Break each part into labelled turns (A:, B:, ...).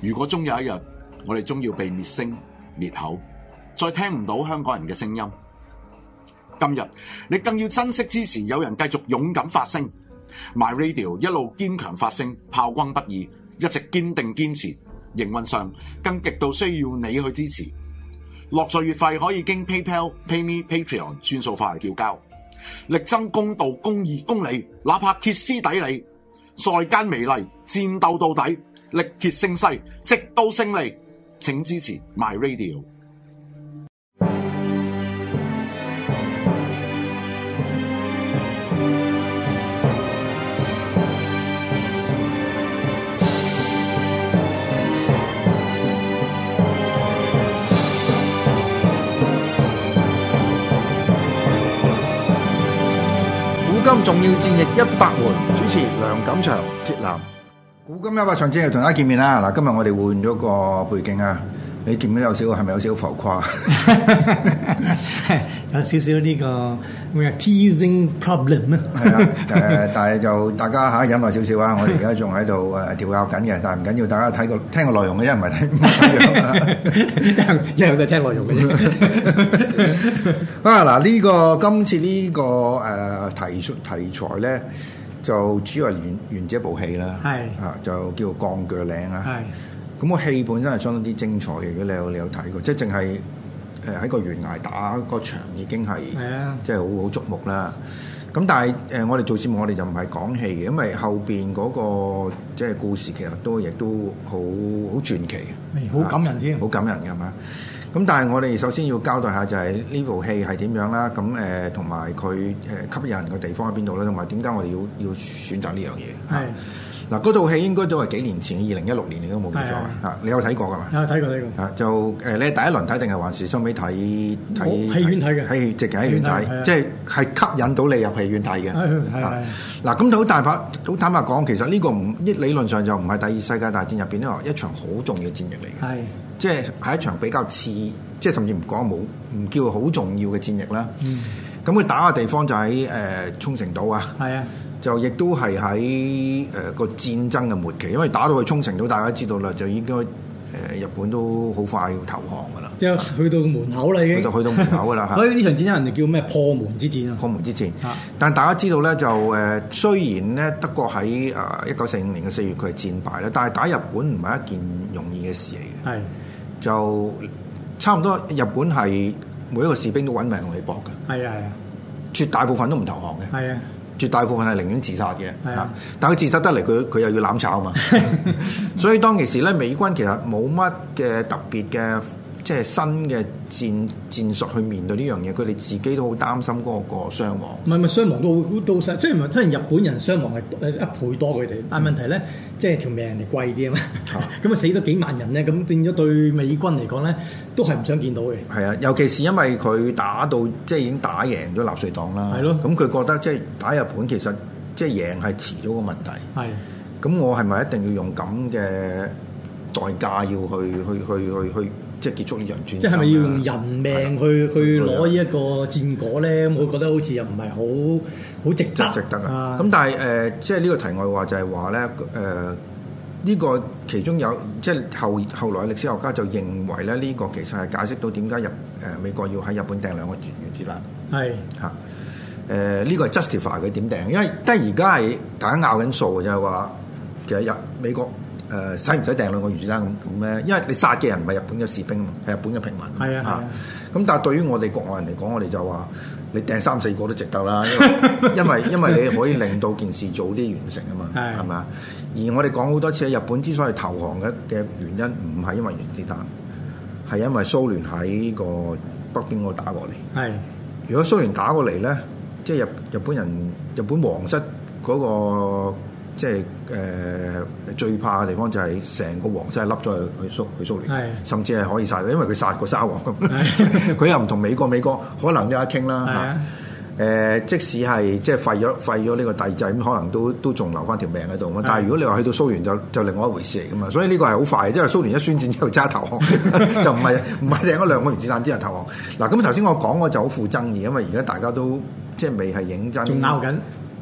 A: 如果終有一日，我哋終要被滅聲滅口，再聽唔到香港人嘅聲音。今日你更要珍惜支持有人繼續勇敢發聲，My Radio 一路堅強發聲，炮轟不已，一直堅定堅持。營運上更極度需要你去支持。落座月費可以經 PayPal、PayMe、Patreon 轉數化嚟繳交，力爭公道、公義、公理，哪怕歇斯底里，在艱美嚟，戰鬥到底，力竭聲勢，直到勝利。請支持 My Radio。
B: 古今重要戰役一百回，主持梁錦祥、鐵男。古今一百場戰役同大家見面啦。嗱，今日我哋換咗個背景啊，你見唔見到有少係咪有少浮 誇？
C: 有少少呢個咩啊 teasing problem 啊，
B: 係啊，誒，但係就大家嚇忍耐少少啊。我哋而家仲喺度誒調教緊嘅，但係唔緊要，大家睇個聽個內容嘅啫，唔係睇唔係睇 樣啊。
C: 一係佢聽內容 嘅啫。
B: 啊嗱，呢、個今次呢、個誒、題材題材咧，就主要係源源自一部戲啦，
C: 係
B: 啊，就叫做《鋼鋸嶺》啊啦。
C: 係
B: 咁個戲本身係相當之精彩嘅，如果你有你有睇過，即係淨係誒喺個懸崖打個場已經係
C: 係啊，
B: 即係好好矚目啦。咁但係誒、我哋做節目我哋就唔係講戲嘅，因為後邊嗰、個即係故事其實都亦都好好傳奇
C: 係，好感人添
B: 好感人嘅係嘛？咁但係我哋首先要交代下就係呢部戲係點樣啦，咁誒同埋佢誒吸引人嘅地方喺邊度咧，同埋點解我哋要要選擇呢樣嘢？
C: 係
B: 嗱，嗰套戲應該都係幾年前，二零一六年你都冇記錯啊！嚇你有睇過㗎嘛？
C: 有睇過呢
B: 啊，就誒、你係第一輪睇定係還是收尾睇睇
C: 我戲院睇嘅
B: 喺直情喺戲院
C: 戲院睇
B: 睇，
C: 嘅
B: 即係係吸引到你入戲院睇嘅。
C: 係係係
B: 啊嗱，咁就好大白，好坦白講，其實呢個唔一理論上就唔係第二世界大戰入邊呢個一場好重要嘅戰役嚟
C: 個，
B: 嘅，
C: 係
B: 即係係一場比較次，即係甚至唔講冇唔叫好重要嘅戰役啦。
C: 嗯
B: 咁佢打嘅地方就喺誒、沖繩島啊。
C: 係啊，
B: 就亦都係喺誒個戰爭嘅末期，因為打到去沖繩島，大家知道啦，就應該誒、呃日本都好快要投降噶啦，
C: 即係去到門口啦已
B: 去
C: 經
B: 到。去到門口噶 啦嚇
C: 所。以呢場戰爭人哋叫咩破門之戰啊，
B: 破門之戰
C: 啊，
B: 但大家知道咧就誒、呃雖然咧德國喺誒一九四五年嘅四月佢係戰敗啦，但係打日本唔係一件容易嘅事嚟嘅，
C: 係
B: 就差唔多日本係每一個士兵都揾命同你搏嘅，
C: 係啊
B: 絕大部分都唔投降嘅。
C: 係啊
B: 絕大部分係寧願自殺嘅，
C: 係啊
B: 嚇但佢自殺得嚟，佢佢又要攬 炒啊嘛。所以當其時咧，美軍其實冇乜嘅特別嘅，即係新嘅戰戰術去面對呢樣嘢，佢哋自己都好擔心嗰個傷亡。
C: 唔係唔係傷亡都好都好細，即係唔係雖然日本人傷亡係呃誒一倍多佢哋，
B: 嗯
C: 但係問題咧，即係條命人哋貴啲啊
B: 啊，
C: 嘛 咁啊死咗幾萬人咧，咁變咗對美軍嚟講咧，都係唔想見到嘅。
B: 係啊，尤其是因為佢打到即係已經打贏咗納粹黨啦，
C: 係咯
B: 咁佢覺得即係打日本其實即係贏係遲早嘅問題。
C: 係
B: 咁我係咪一定要用咁嘅代價要去去去去去即係結束呢場戰爭啊？
C: 即係咪要用人命去去
B: 係啊
C: 攞呢一個戰果咧？咁我覺得好似又唔係好好值
B: 值
C: 得，
B: 值得啊！咁但係誒、呃即係呢個題外話就係話咧，誒、呢、個其中有即係後後來歷史學家就認為咧，呢、個其實係解釋到點解日誒、呃美國要喺日本掟兩個原子彈
C: 係
B: 嚇。誒呢個係 justify 佢點掟，因為但係而家係大家拗緊數嘅，就係話其實日美國誒使唔使掟兩個原子彈咁咁咧？因為你殺嘅人唔係日本嘅士兵嘛，係日本嘅平民。
C: 係啊係啊
B: 咁但係對於我哋國外人嚟講，我哋就話你掟三四個都值得啦，因 為因為因為你可以令到件事早啲完成啊嘛，
C: 係
B: 係咪啊？而我哋講好多次，日本之所以投降嘅嘅原因，唔係因為原子彈，係因為蘇聯喺個北邊嗰度打過嚟。
C: 係
B: 如果蘇聯打過嚟咧，即係日日本人、日本皇室嗰、個即係誒、呃最怕嘅地方就係成個皇室係笠咗去去蘇去蘇聯，
C: 係
B: 甚至係可以殺，因為佢殺過沙皇
C: 係
B: 咁。 佢又唔同美國，美國可能有一傾啦
C: 係啊
B: 嚇誒、即使係即係廢咗廢咗呢個帝制，咁可能都都仲留翻條命喺度嘛。但係如果你話去到蘇聯就就另外一回事嚟噶嘛，所以呢個係好快，即係蘇聯一宣戰之後揸投降， 就唔係唔係掟咗兩個原子彈之後投降。嗱，咁頭先我講我就好富爭議，因為而家大家都即係未係認真
C: 仲拗緊，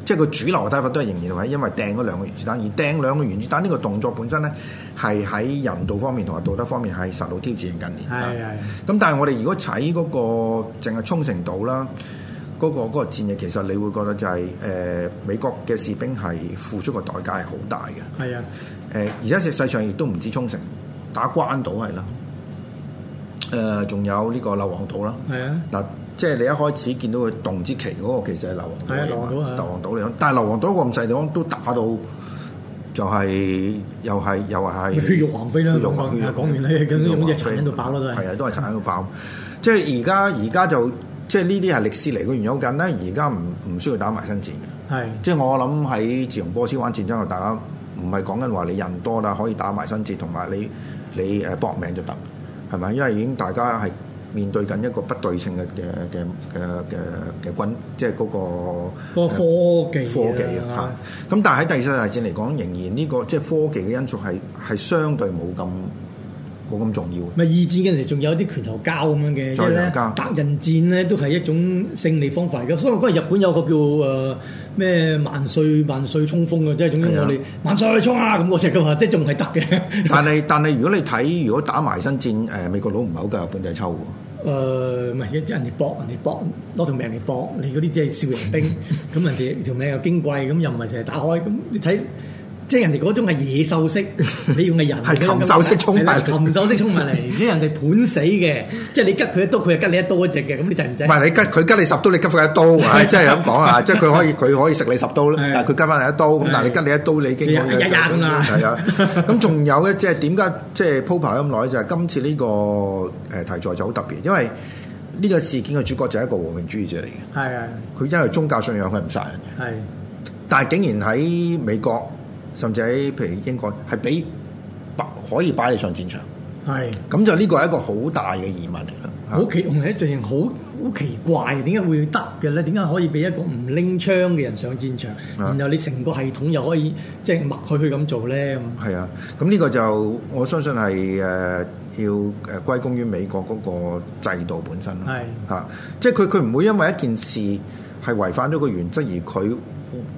B: 即係個主流嘅睇法都係仍然係因為掟嗰兩個原子彈，而掟兩個原子彈呢個動作本身咧係喺人道方面同埋道德方面係受到挑戰近年。
C: 係係
B: 咁但係我哋如果睇嗰、個淨係沖繩島啦，嗰、個嗰、個戰役，其實你會覺得就係、呃美國嘅士兵係付出個代價係好大嘅。
C: 係啊，
B: 誒、而家實際上亦都唔止沖繩，打關島係啦，誒、仲有呢個硫磺島啦。
C: 係啊，
B: 嗱，即係你一開始見到佢動之旗嗰個，其實係硫磺島
C: 係啊
B: 嚟㗎嘛
C: 硫磺島啊
B: 硫磺島嚟講，但係硫磺島咁細地方都打到就係、又係又係
C: 血肉橫飛啦
B: 血肉
C: 講講
B: 血肉
C: 講完啦咁
B: 血肉
C: 咁
B: 橫
C: 嘢殘
B: 飛
C: 忍到爆啦都係
B: 係啊，都係殘忍到爆。即係而家而家就即係呢啲係歷史嚟嘅原因，好簡單。而家唔唔需要打埋身戰嘅。
C: 係
B: 即係我諗喺自從波斯灣戰爭後，大家唔係講緊話你人多啦，可以打埋身戰，同埋你你誒搏命就得，係咪？因為已經大家係面對緊一個不對稱嘅嘅嘅嘅嘅嘅軍，即係嗰、個
C: 嗰個科技啊
B: 科技啊嚇。咁但係喺第二次大戰嚟講，仍然呢、個即係科技嘅因素係係相對冇咁冇咁重要嘅。
C: 咪二戰嗰陣時仲有啲拳頭交咁樣嘅，即係咧
B: 拳頭交
C: 白人戰咧都係一種勝利方法嚟嘅。所以嗰日日本有個叫誒咩、萬歲萬歲衝鋒嘅，即係總之
B: 係啊
C: 我哋萬歲衝啊咁嗰只嘅嘛，即係仲係得嘅。
B: 但係但係如果你睇如果打埋身戰，誒、呃美國佬唔係好夠日本仔抽喎。
C: 誒呃唔係，人哋搏，人哋搏，攞條命嚟搏。你嗰啲即係少爺兵， 咁人哋條命又矜貴，咁又唔係成日打開。咁你睇，即係人哋嗰種係野 獸式，你用嘅人
B: 係禽獸式衝埋嚟
C: 係啦禽獸式衝埋 嚟，即係人哋盤死嘅，即係你吉佢一刀，佢又吉你一刀嗰只嘅。咁你制唔制
B: 唔？係你吉佢吉你十刀，你吉佢一 刀，唉，即係咁講啊！即係佢可以佢可以食你十刀，
C: 係啊
B: 但係佢吉翻你一刀，咁
C: 係啊
B: 但係你吉你一刀，你已經
C: 你一一咁啦
B: 係 啊！咁仲有咧，即係點解即係鋪排咁耐，就係今次呢個誒題材就好特別，因為呢個事件嘅主角就係一個和平主義者嚟嘅，
C: 係啊，
B: 佢因為宗教信仰佢唔殺人嘅，
C: 係
B: 但係竟然喺美國甚至喺譬如英國係俾擺可以擺你上戰場，
C: 係。
B: 咁就呢個係一個好大嘅疑問嚟啦。啊
C: 好奇，我係一陣好好奇怪，點解會得嘅咧？點解可以俾一個唔拎槍嘅人上戰場，然後你成個系統又可以即係默許佢咁做咧？咁
B: 係啊，咁呢個就我相信係誒、呃要誒歸功於美國嗰個制度本身咯。
C: 係
B: 嚇、即係佢佢唔會因為一件事係違反咗個原則而佢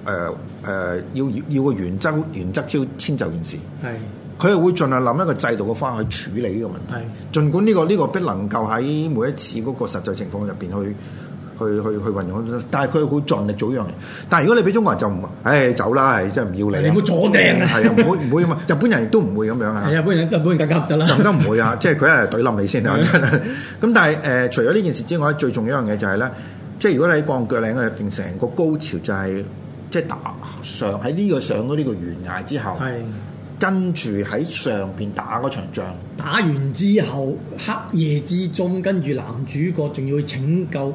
B: 誒誒要要個原則原則超遷就件事，
C: 係
B: 佢係會盡量諗一個制度嘅方法去處理呢個問題。
C: 係。
B: 儘管呢、個呢、個不能夠喺每一次嗰個實際情況入邊去去去去運用，但係佢會盡力做呢樣嘢。但係如果你俾中國人就唔，唉走啦，係真係唔要你啊。
C: 你唔好阻掟啊
B: 係啊，唔會唔會咁啊！日本人亦都唔會咁樣啊
C: 係。啊，本人日本人更加唔得啦。
B: 咁都唔會 啊！即係佢係懟冧你先啊！ 咁但係誒、呃除咗呢件事之外，最重要一樣嘢就係、咧，即係如果你喺鋼鋸嶺入邊，成個高潮就係、即係打上喺呢個上咗呢個懸崖之後，
C: 係
B: 跟住喺上邊打嗰場仗。
C: 打完之後，黑夜之中，跟住男主角仲要去拯救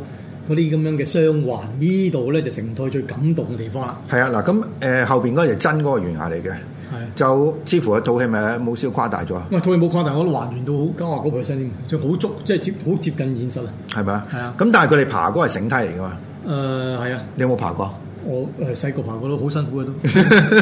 C: 嗰啲咁樣嘅傷患，呢度咧就成套最感動嘅地方啦。
B: 係啊，嗱咁誒後邊嗰個就真嗰個懸崖嚟嘅，
C: 係，
B: 就似乎個套戲咪冇少誇大咗，
C: 喂，套戲冇誇大，我都還原到九十個 percent 添，即係好足，即係接好接近現實啊。
B: 係咪啊？
C: 係啊
B: 咁但係佢哋爬嗰個係繩梯嚟噶嘛？
C: 誒、係啊。
B: 你有冇爬過？
C: 我誒細個爬過都好辛 苦嘅都，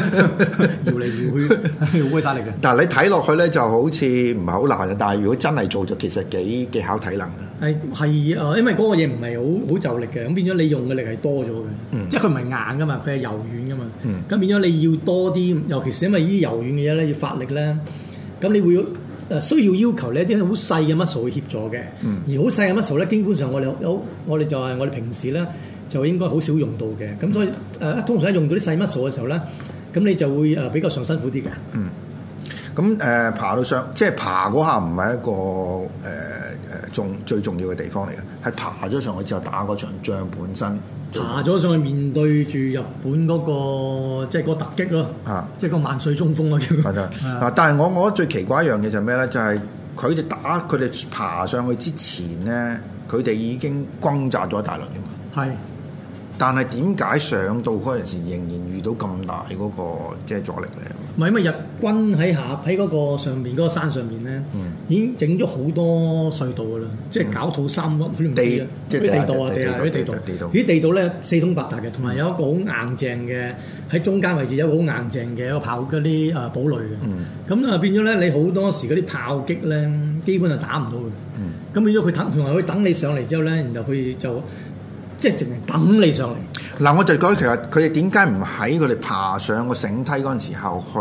C: 搖嚟搖去，好鬼晒力嘅。
B: 但係你睇落去咧就好似唔係好難啊嘅，但係如果真係做就其實幾幾考體能嘅。
C: 係係誒，因為嗰個嘢唔係好好就力嘅，咁變咗你用嘅力係多咗嘅，
B: 嗯
C: 即係佢唔係硬噶嘛，佢係柔軟噶嘛。
B: 嗯
C: 咁、變咗你要多啲，尤其是因為呢啲柔軟嘅嘢咧，要發力咧，咁你會誒、需要要求你一啲好細嘅 muscle 去協助嘅，
B: 嗯
C: 而好細嘅 muscle 咧，基本上我哋有我哋就係我哋平時咧就應該好少用到嘅，咁所以誒、呃通常一用到啲細 muscle 嘅時候咧，咁你就會誒比較上辛苦啲嘅。
B: 咁誒、呃爬到上，即係爬嗰下唔係一個誒誒、重最重要嘅地方嚟嘅，係爬咗上去之後打嗰場仗本身。
C: 爬咗上去面對住日本嗰、個即係嗰個突擊咯，
B: 啊
C: 即係個萬歲衝鋒咯叫
B: 係
C: 佢
B: 啦，
C: 啊
B: 嗱，但係我我覺得最奇怪一樣嘢就係咩咧？就係佢哋打佢哋爬上去之前咧，佢哋已經轟炸咗大陸㗎嘛。
C: 係
B: 但係點解上到嗰陣時仍然遇到咁大嗰、個即係阻力咧？
C: 唔係因為日軍喺下喺嗰個上面嗰、個山上面咧，
B: 嗯
C: 已經整咗好多隧道噶啦，即係搞土三屈，佢都唔知
B: 地
C: 啊，
B: 即係
C: 嗰啲地道啊，
B: 地
C: 地
B: 下
C: 下嗰啲地
B: 地
C: 道
B: 道地道，
C: 啲地道咧四通八達嘅，同埋有一個好硬淨嘅喺中間位置有一個好硬淨嘅一個炮嗰啲誒堡壘
B: 嗯
C: 嘅，咁啊變咗咧你好多時嗰啲炮擊咧，基本就打唔到嘅。
B: 嗯
C: 咁變咗佢等，同埋佢等你上嚟之後咧，然後佢就即係直情等你上嚟。
B: 嗱，我就覺得其實佢哋點解唔喺佢哋爬上個繩梯嗰陣時候去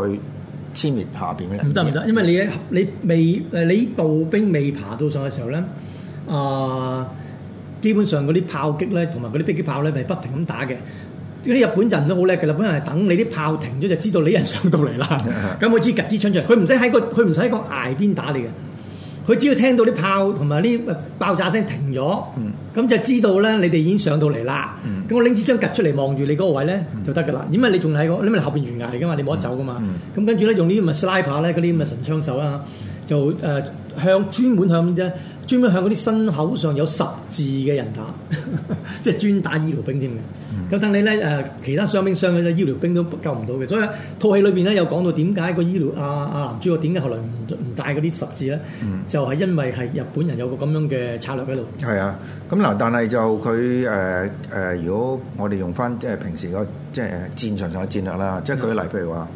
B: 殲滅下邊嘅人？
C: 唔得唔得，因為你你未誒你步兵未爬到上嘅時候咧，啊、基本上嗰啲炮擊咧同埋嗰啲迫擊炮咧係不停咁打嘅。嗰啲日本人都好叻嘅，日本人係等你啲炮停咗就知道你人上到嚟啦。咁佢知吉支槍出嚟，佢唔使喺個佢唔使喺個崖邊打你嘅。佢只要聽到啲炮同埋啲爆炸聲停咗，咁、就知道咧你哋已經上到嚟啦。咁、我拎支槍趌出嚟望住你嗰個位咧就得㗎啦，因為你仲喺個，因為你後邊懸崖嚟㗎嘛，你冇得走㗎嘛。咁、跟住咧用呢啲咁嘅 sniper 咧，嗰啲咁嘅神槍手啦，就誒、呃向專門向啫，專門向嗰啲身口上有十字嘅人打， 即係專打醫療兵添嘅。咁等你咧誒、呃其他傷兵傷咗，醫療兵都救唔到嘅。所以套戲裏邊咧有講到點解個醫療阿阿男主角點解後來唔唔帶嗰啲十字咧？就係因為係日本人有個咁樣嘅策略喺度。
B: 係啊，咁嗱，但係就佢誒誒，如果我哋用翻即係平時個即係戰場上嘅戰略啦，即係舉例，譬如話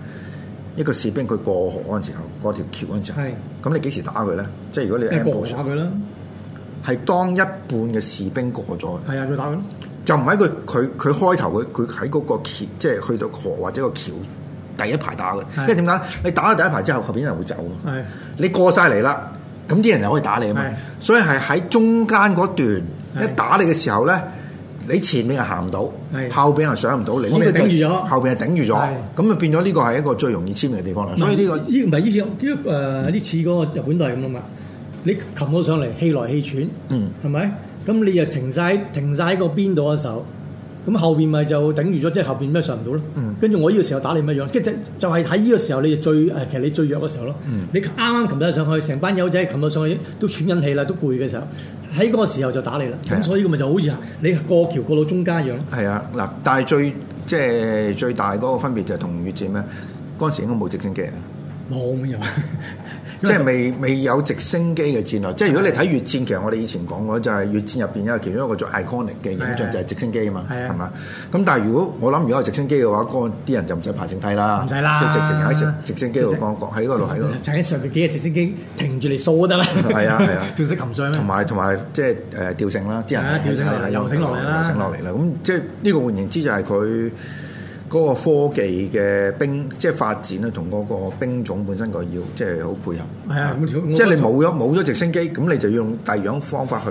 B: 一個士兵佢過河嗰陣時候，過條橋嗰陣時候
C: 係，
B: 咁你幾時打佢咧？即係如果你
C: 一過啊
B: ambush，
C: 打佢啦，
B: 係當一半嘅士兵過咗，
C: 係啊，再打佢咯。
B: 就唔係佢佢佢開頭佢佢喺嗰個橋，即係去到河或者個橋第一排打嘅，
C: 係
B: 因為點解呢？你打咗第一排之後，後邊啲人會走啊嘛。
C: 係
B: 你過晒嚟啦，咁啲人就可以打你啊嘛
C: 係。
B: 所以係喺中間嗰段
C: 係
B: 一打你嘅時候咧，你前面係行唔到，
C: 係
B: 後邊係上唔到，你
C: 後
B: 呢
C: 面
B: 個就
C: 頂住咗
B: 後邊係頂住咗
C: 係，嗯
B: 咁就變咗呢個係一個最容易簽嘅地方啦。所以呢個
C: 依唔係依次依誒呢次嗰個日本都係咁啊嘛，你擒到上嚟氣來氣喘，
B: 嗯，
C: 係咪？咁你又停晒停晒喺個邊度嘅時候，咁後邊咪就頂住咗，即係後邊咩上唔到咯。
B: 嗯
C: 跟住我呢個時候打你乜樣？跟住就就係喺呢個時候你就最誒，其實你最弱嘅時候咯。
B: 嗯
C: 你啱啱擒到上去，成班友仔擒到上去都喘緊氣啦，都攰嘅時候，喺嗰個時候就打你啦。
B: 係啊
C: 咁所以咪就好似啊，你過橋過到中間一樣咯。
B: 係啊嗱，但係最即係最大嗰個分別就係同越戰咩？嗰陣時應該冇直升機啊，
C: 冇咁 樣，
B: 即係未未有直升機嘅戰略。即係如果你睇越戰，其實我哋以前講過就係越戰入邊有其中一個最 iconic 嘅影
C: 係
B: 像
C: 係
B: 就係直升機啊嘛，
C: 係啊
B: 係嘛？咁但係如果我諗如果有直升機嘅話，嗰啲人就唔使爬繩梯啦，
C: 唔使啦，
B: 即係直情喺直直升機度講講喺嗰度喺嗰度。
C: 就喺上面幾隻直升機停住嚟掃都得啦。
B: 係啊係啊
C: 仲識擒上咩
B: 同？埋同埋即係誒吊繩啦，啲人
C: 係啊吊繩落嚟
B: 係
C: 游繩落嚟啦
B: 游繩落嚟啦。咁即係呢個換言之就係佢嗰個科技嘅兵，即係發展咧，啊同嗰個兵種本身個要即係好配合。
C: 係啊咁我
B: 即係你冇咗冇咗直升機，咁你就要用第二樣方法去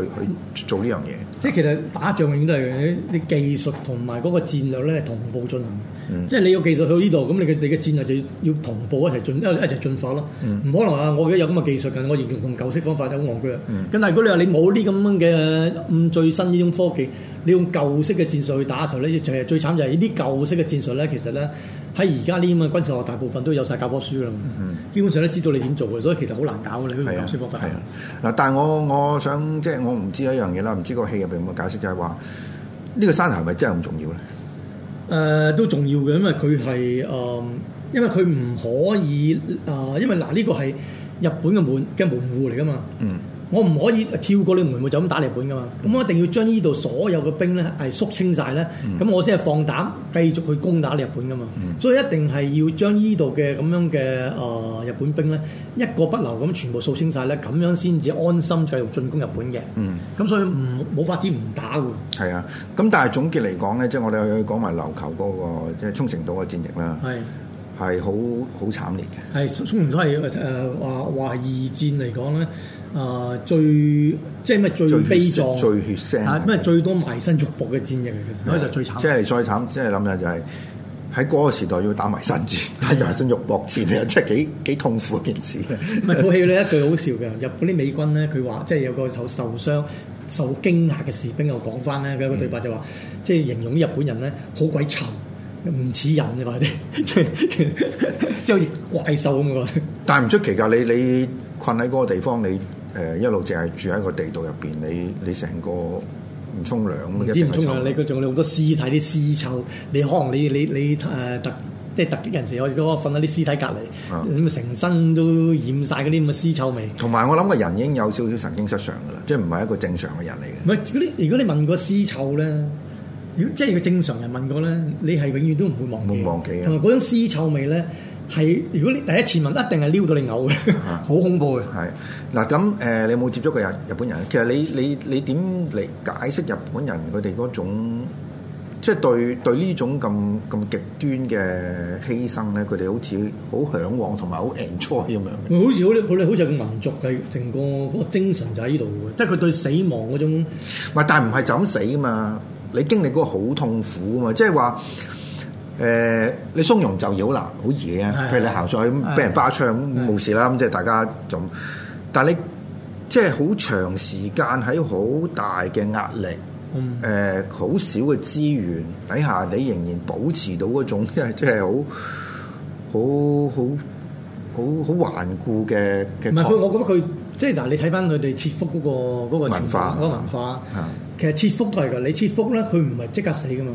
B: 去做呢樣嘢。
C: 即係其實打仗永遠都係嘅你技術同埋嗰個戰略咧係同步進行。
B: 嗯
C: 即係你個技術去到呢度，咁你嘅你嘅戰略就要要同步一齊進一一齊進化咯。唔、
B: 嗯
C: 可能話我而家有咁嘅技術㗎，我仍然用舊式方法就好戇居啊。
B: 嗯
C: 咁、但係如果你話你冇呢咁樣嘅咁最新呢種科技，你用舊式嘅戰術去打嘅時候咧，就係最慘就係呢啲舊式嘅戰術咧，其實咧喺而家呢啲咁嘅軍事學大部分都有晒教科書㗎啦嘛。基本上都知道你點做嘅，所以其實好難搞嘅你
B: 嗯係
C: 嗰種
B: 啊
C: 舊式方法
B: 係。啊，嗱，但係我我想即係我唔知一樣嘢啦，唔知個戲入邊有冇解釋就係話呢個山頭係咪真係咁重要咧？
C: 誒、呃都重要嘅，因為佢係誒，因為佢唔可以誒、因為嗱呢個係日本嘅門嘅門户嚟噶嘛，
B: 嗯，
C: 我唔可以跳過你門户就咁打日本噶嘛，咁我一定要將呢度所有嘅兵咧係肅清晒咧，
B: 嗯
C: 咁、我先係放膽繼續去攻打日本噶嘛，所以一定係要將呢度嘅咁樣嘅誒、日本兵咧一個不留咁全部掃清晒咧，咁樣先至安心繼續進攻日本嘅，
B: 嗯，
C: 咁所以唔冇法子唔打喎，
B: 係啊，咁但係總結嚟講咧，即係我哋去講埋琉球嗰、個即係沖繩島嘅戰役啦，
C: 係。
B: 係好好慘烈嘅。
C: 係，雖然都係誒話話二戰嚟講咧，啊、最即係咩最悲
B: 血
C: 壯，
B: 最血腥
C: 啊
B: 嘅，
C: 咩最多埋身肉搏嘅戰役嚟嘅，所以就最慘。
B: 即係你再慘，即係諗下就係喺嗰個時代要打埋身戰，打埋身肉搏戰啊，即係幾幾痛苦一件事。
C: 唔係套戲咧一句好笑嘅，日本啲美軍咧，佢話即係有個受受傷、受驚嚇嘅士兵又講翻咧，佢有個對白就話，即係形容日本人咧好鬼臭，唔似人嘅話佢哋，即係即係好似怪獸咁嘅覺得。
B: 但係唔出奇㗎，你你困喺嗰個地方，你誒、呃一路淨係住喺個地道入邊，你你成個唔沖涼咁，
C: 唔
B: 一
C: 知
B: 定
C: 唔
B: 係
C: 沖
B: 臭
C: 涼，你佢仲有好多屍體啲屍臭，你可能你你你誒、呃突即係突擊人時，我嗰個瞓喺啲屍體隔離，
B: 啊
C: 咁啊成身都染晒嗰啲咁嘅屍臭味。
B: 同埋我諗個人已經有少少神經失常㗎啦，即係唔係一個正常嘅人嚟嘅。
C: 唔係嗰啲，如果你問個屍臭咧，如果即係個正常人問過咧，你係永遠都唔會忘記。
B: 唔會忘記嘅啊
C: 同埋嗰種屍臭味咧，係如果你第一次問，一定係撩到你嘔嘅，
B: 啊
C: 好恐怖嘅。
B: 係嗱，咁誒、呃你冇接觸過日日本人，其實你你你點嚟解釋日本人佢哋嗰種，即係對對呢種咁咁極端嘅犧牲咧，佢哋好似好向往同埋好 enjoy 咁樣嘅。
C: 好似好佢哋好似有個民族嘅成個嗰個精神就喺呢度嘅，即係佢對死亡嗰種
B: 唔係，但係唔係就咁死噶嘛？你經歷嗰個好痛苦啊嘛，即係話誒，你從容就易好難好易嘅，
C: 係啊
B: 譬如你行上去咁
C: 係
B: 俾人巴槍咁
C: 係啊
B: 冇事啦，咁即係大家就咁，但係你即係好長時間喺好大嘅壓力。呃
C: 嗯
B: 誒好、少嘅資源底下，你仍然保持到嗰種 即係好好好好好頑固嘅嘅
C: 唔係佢，
B: 抗
C: 我覺得佢即係嗱，你睇翻佢哋切腹嗰、個嗰、個
B: 文化
C: 嗰個文化
B: 啊，
C: 其實切腹都係㗎。你切腹咧，佢唔係即刻死噶嘛，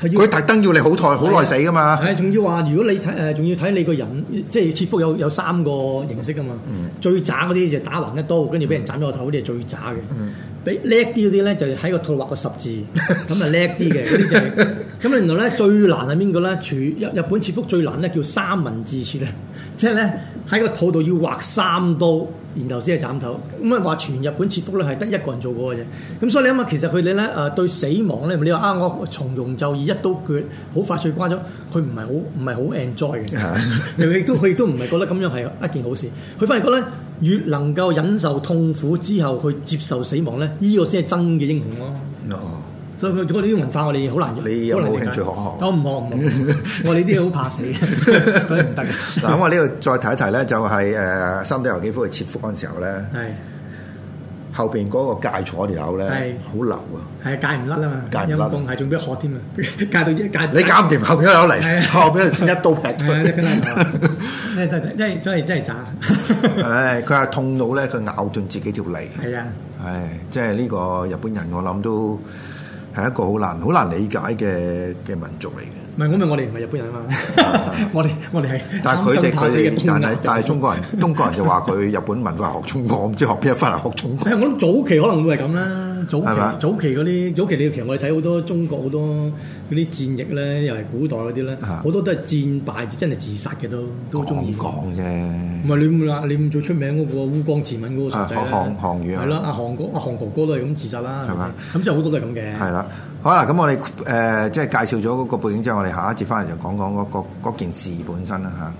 C: 佢
B: 嗯佢啊特登要你好耐好耐死噶嘛，
C: 係啊仲要話，如果你睇呃誒，仲要睇你個人，即係切腹有有三個形式噶嘛。
B: 嗯
C: 最渣嗰啲就打橫一刀，跟住俾人斬咗個頭嗰啲係最渣嘅。
B: 嗯
C: 俾叻啲嗰啲咧，就喺個肚畫個十字， 咁啊叻啲嘅嗰啲就係、咁另外咧最難係邊個咧？除日日本切腹最難咧叫三文治切啊，即係咧喺個肚度要畫三刀，然後先係斬頭。咁啊話全日本切腹咧係得一個人做過嘅啫。咁所以你諗下，其實佢哋咧啊誒對死亡咧，你話啊我從容就義一刀決，好快脆關咗，佢唔係好唔係好 enjoy 嘅。佢亦都佢亦都唔係覺得咁樣係一件好事，佢反而覺得越能夠忍受痛苦之後，去接受死亡咧，呢、個先係真嘅英雄咯。
B: 哦
C: 所以佢嗰啲文化我哋好難，
B: 你有冇
C: 好難理解
B: 興趣學學
C: 我唔學唔學，我哋啲好怕 死嘅，佢唔得嘅。
B: 嗱，咁我呢度再提一提咧，就係、誒三島由紀夫去切腹嗰陣時候咧，
C: 係
B: 後邊嗰個戒坐條友
C: 係
B: 咧，好流啊！
C: 係戒唔甩啊嘛，
B: 戒唔甩
C: 陰公係仲俾喝添啊， 戒到一戒
B: 你搞唔掂，後邊有
C: 係啊
B: 嚟，後邊一刀劈
C: 係啊真係
B: 佢。
C: 真係真係真係真係渣，
B: 唉，佢係痛到咧，佢咬斷自己條脷。
C: 係啊，
B: 唉，即係呢個日本人，我諗都係一個好難、好難理解嘅嘅民族嚟 嘅。
C: 唔係我咪我哋唔係日本 人啊嘛，我哋我哋係
B: 但係佢
C: 貪
B: 哋
C: 生怕
B: 佢
C: 死嘅
B: 哋，
C: 東亞
B: 但係但係中國人，中國人就話佢日本文化學中國，我唔知學邊一翻嚟學中國
C: 係，。我諗早期可能會係咁啦，早
B: 係
C: 期
B: 嘛
C: 早期嗰啲，早期你其實我哋睇好多中國好多嗰啲戰役咧，又係古代嗰啲咧，
B: 啊
C: 好多都係戰敗真係自殺嘅都都 中意。
B: 講
C: 唔
B: 啫。
C: 係你唔話你咁最出名嗰個烏江自刎嗰個傻仔
B: 啊項項羽啊
C: 係啦，阿韓哥阿韓哥哥都係咁自殺啦，
B: 係
C: 係
B: 嘛
C: 咪先？咁就好多都係咁嘅。
B: 係啦，好啦，咁我哋誒、呃即係介紹咗嗰個背景之後，我哋下一節翻嚟就講講嗰、個嗰件事本身啦嚇。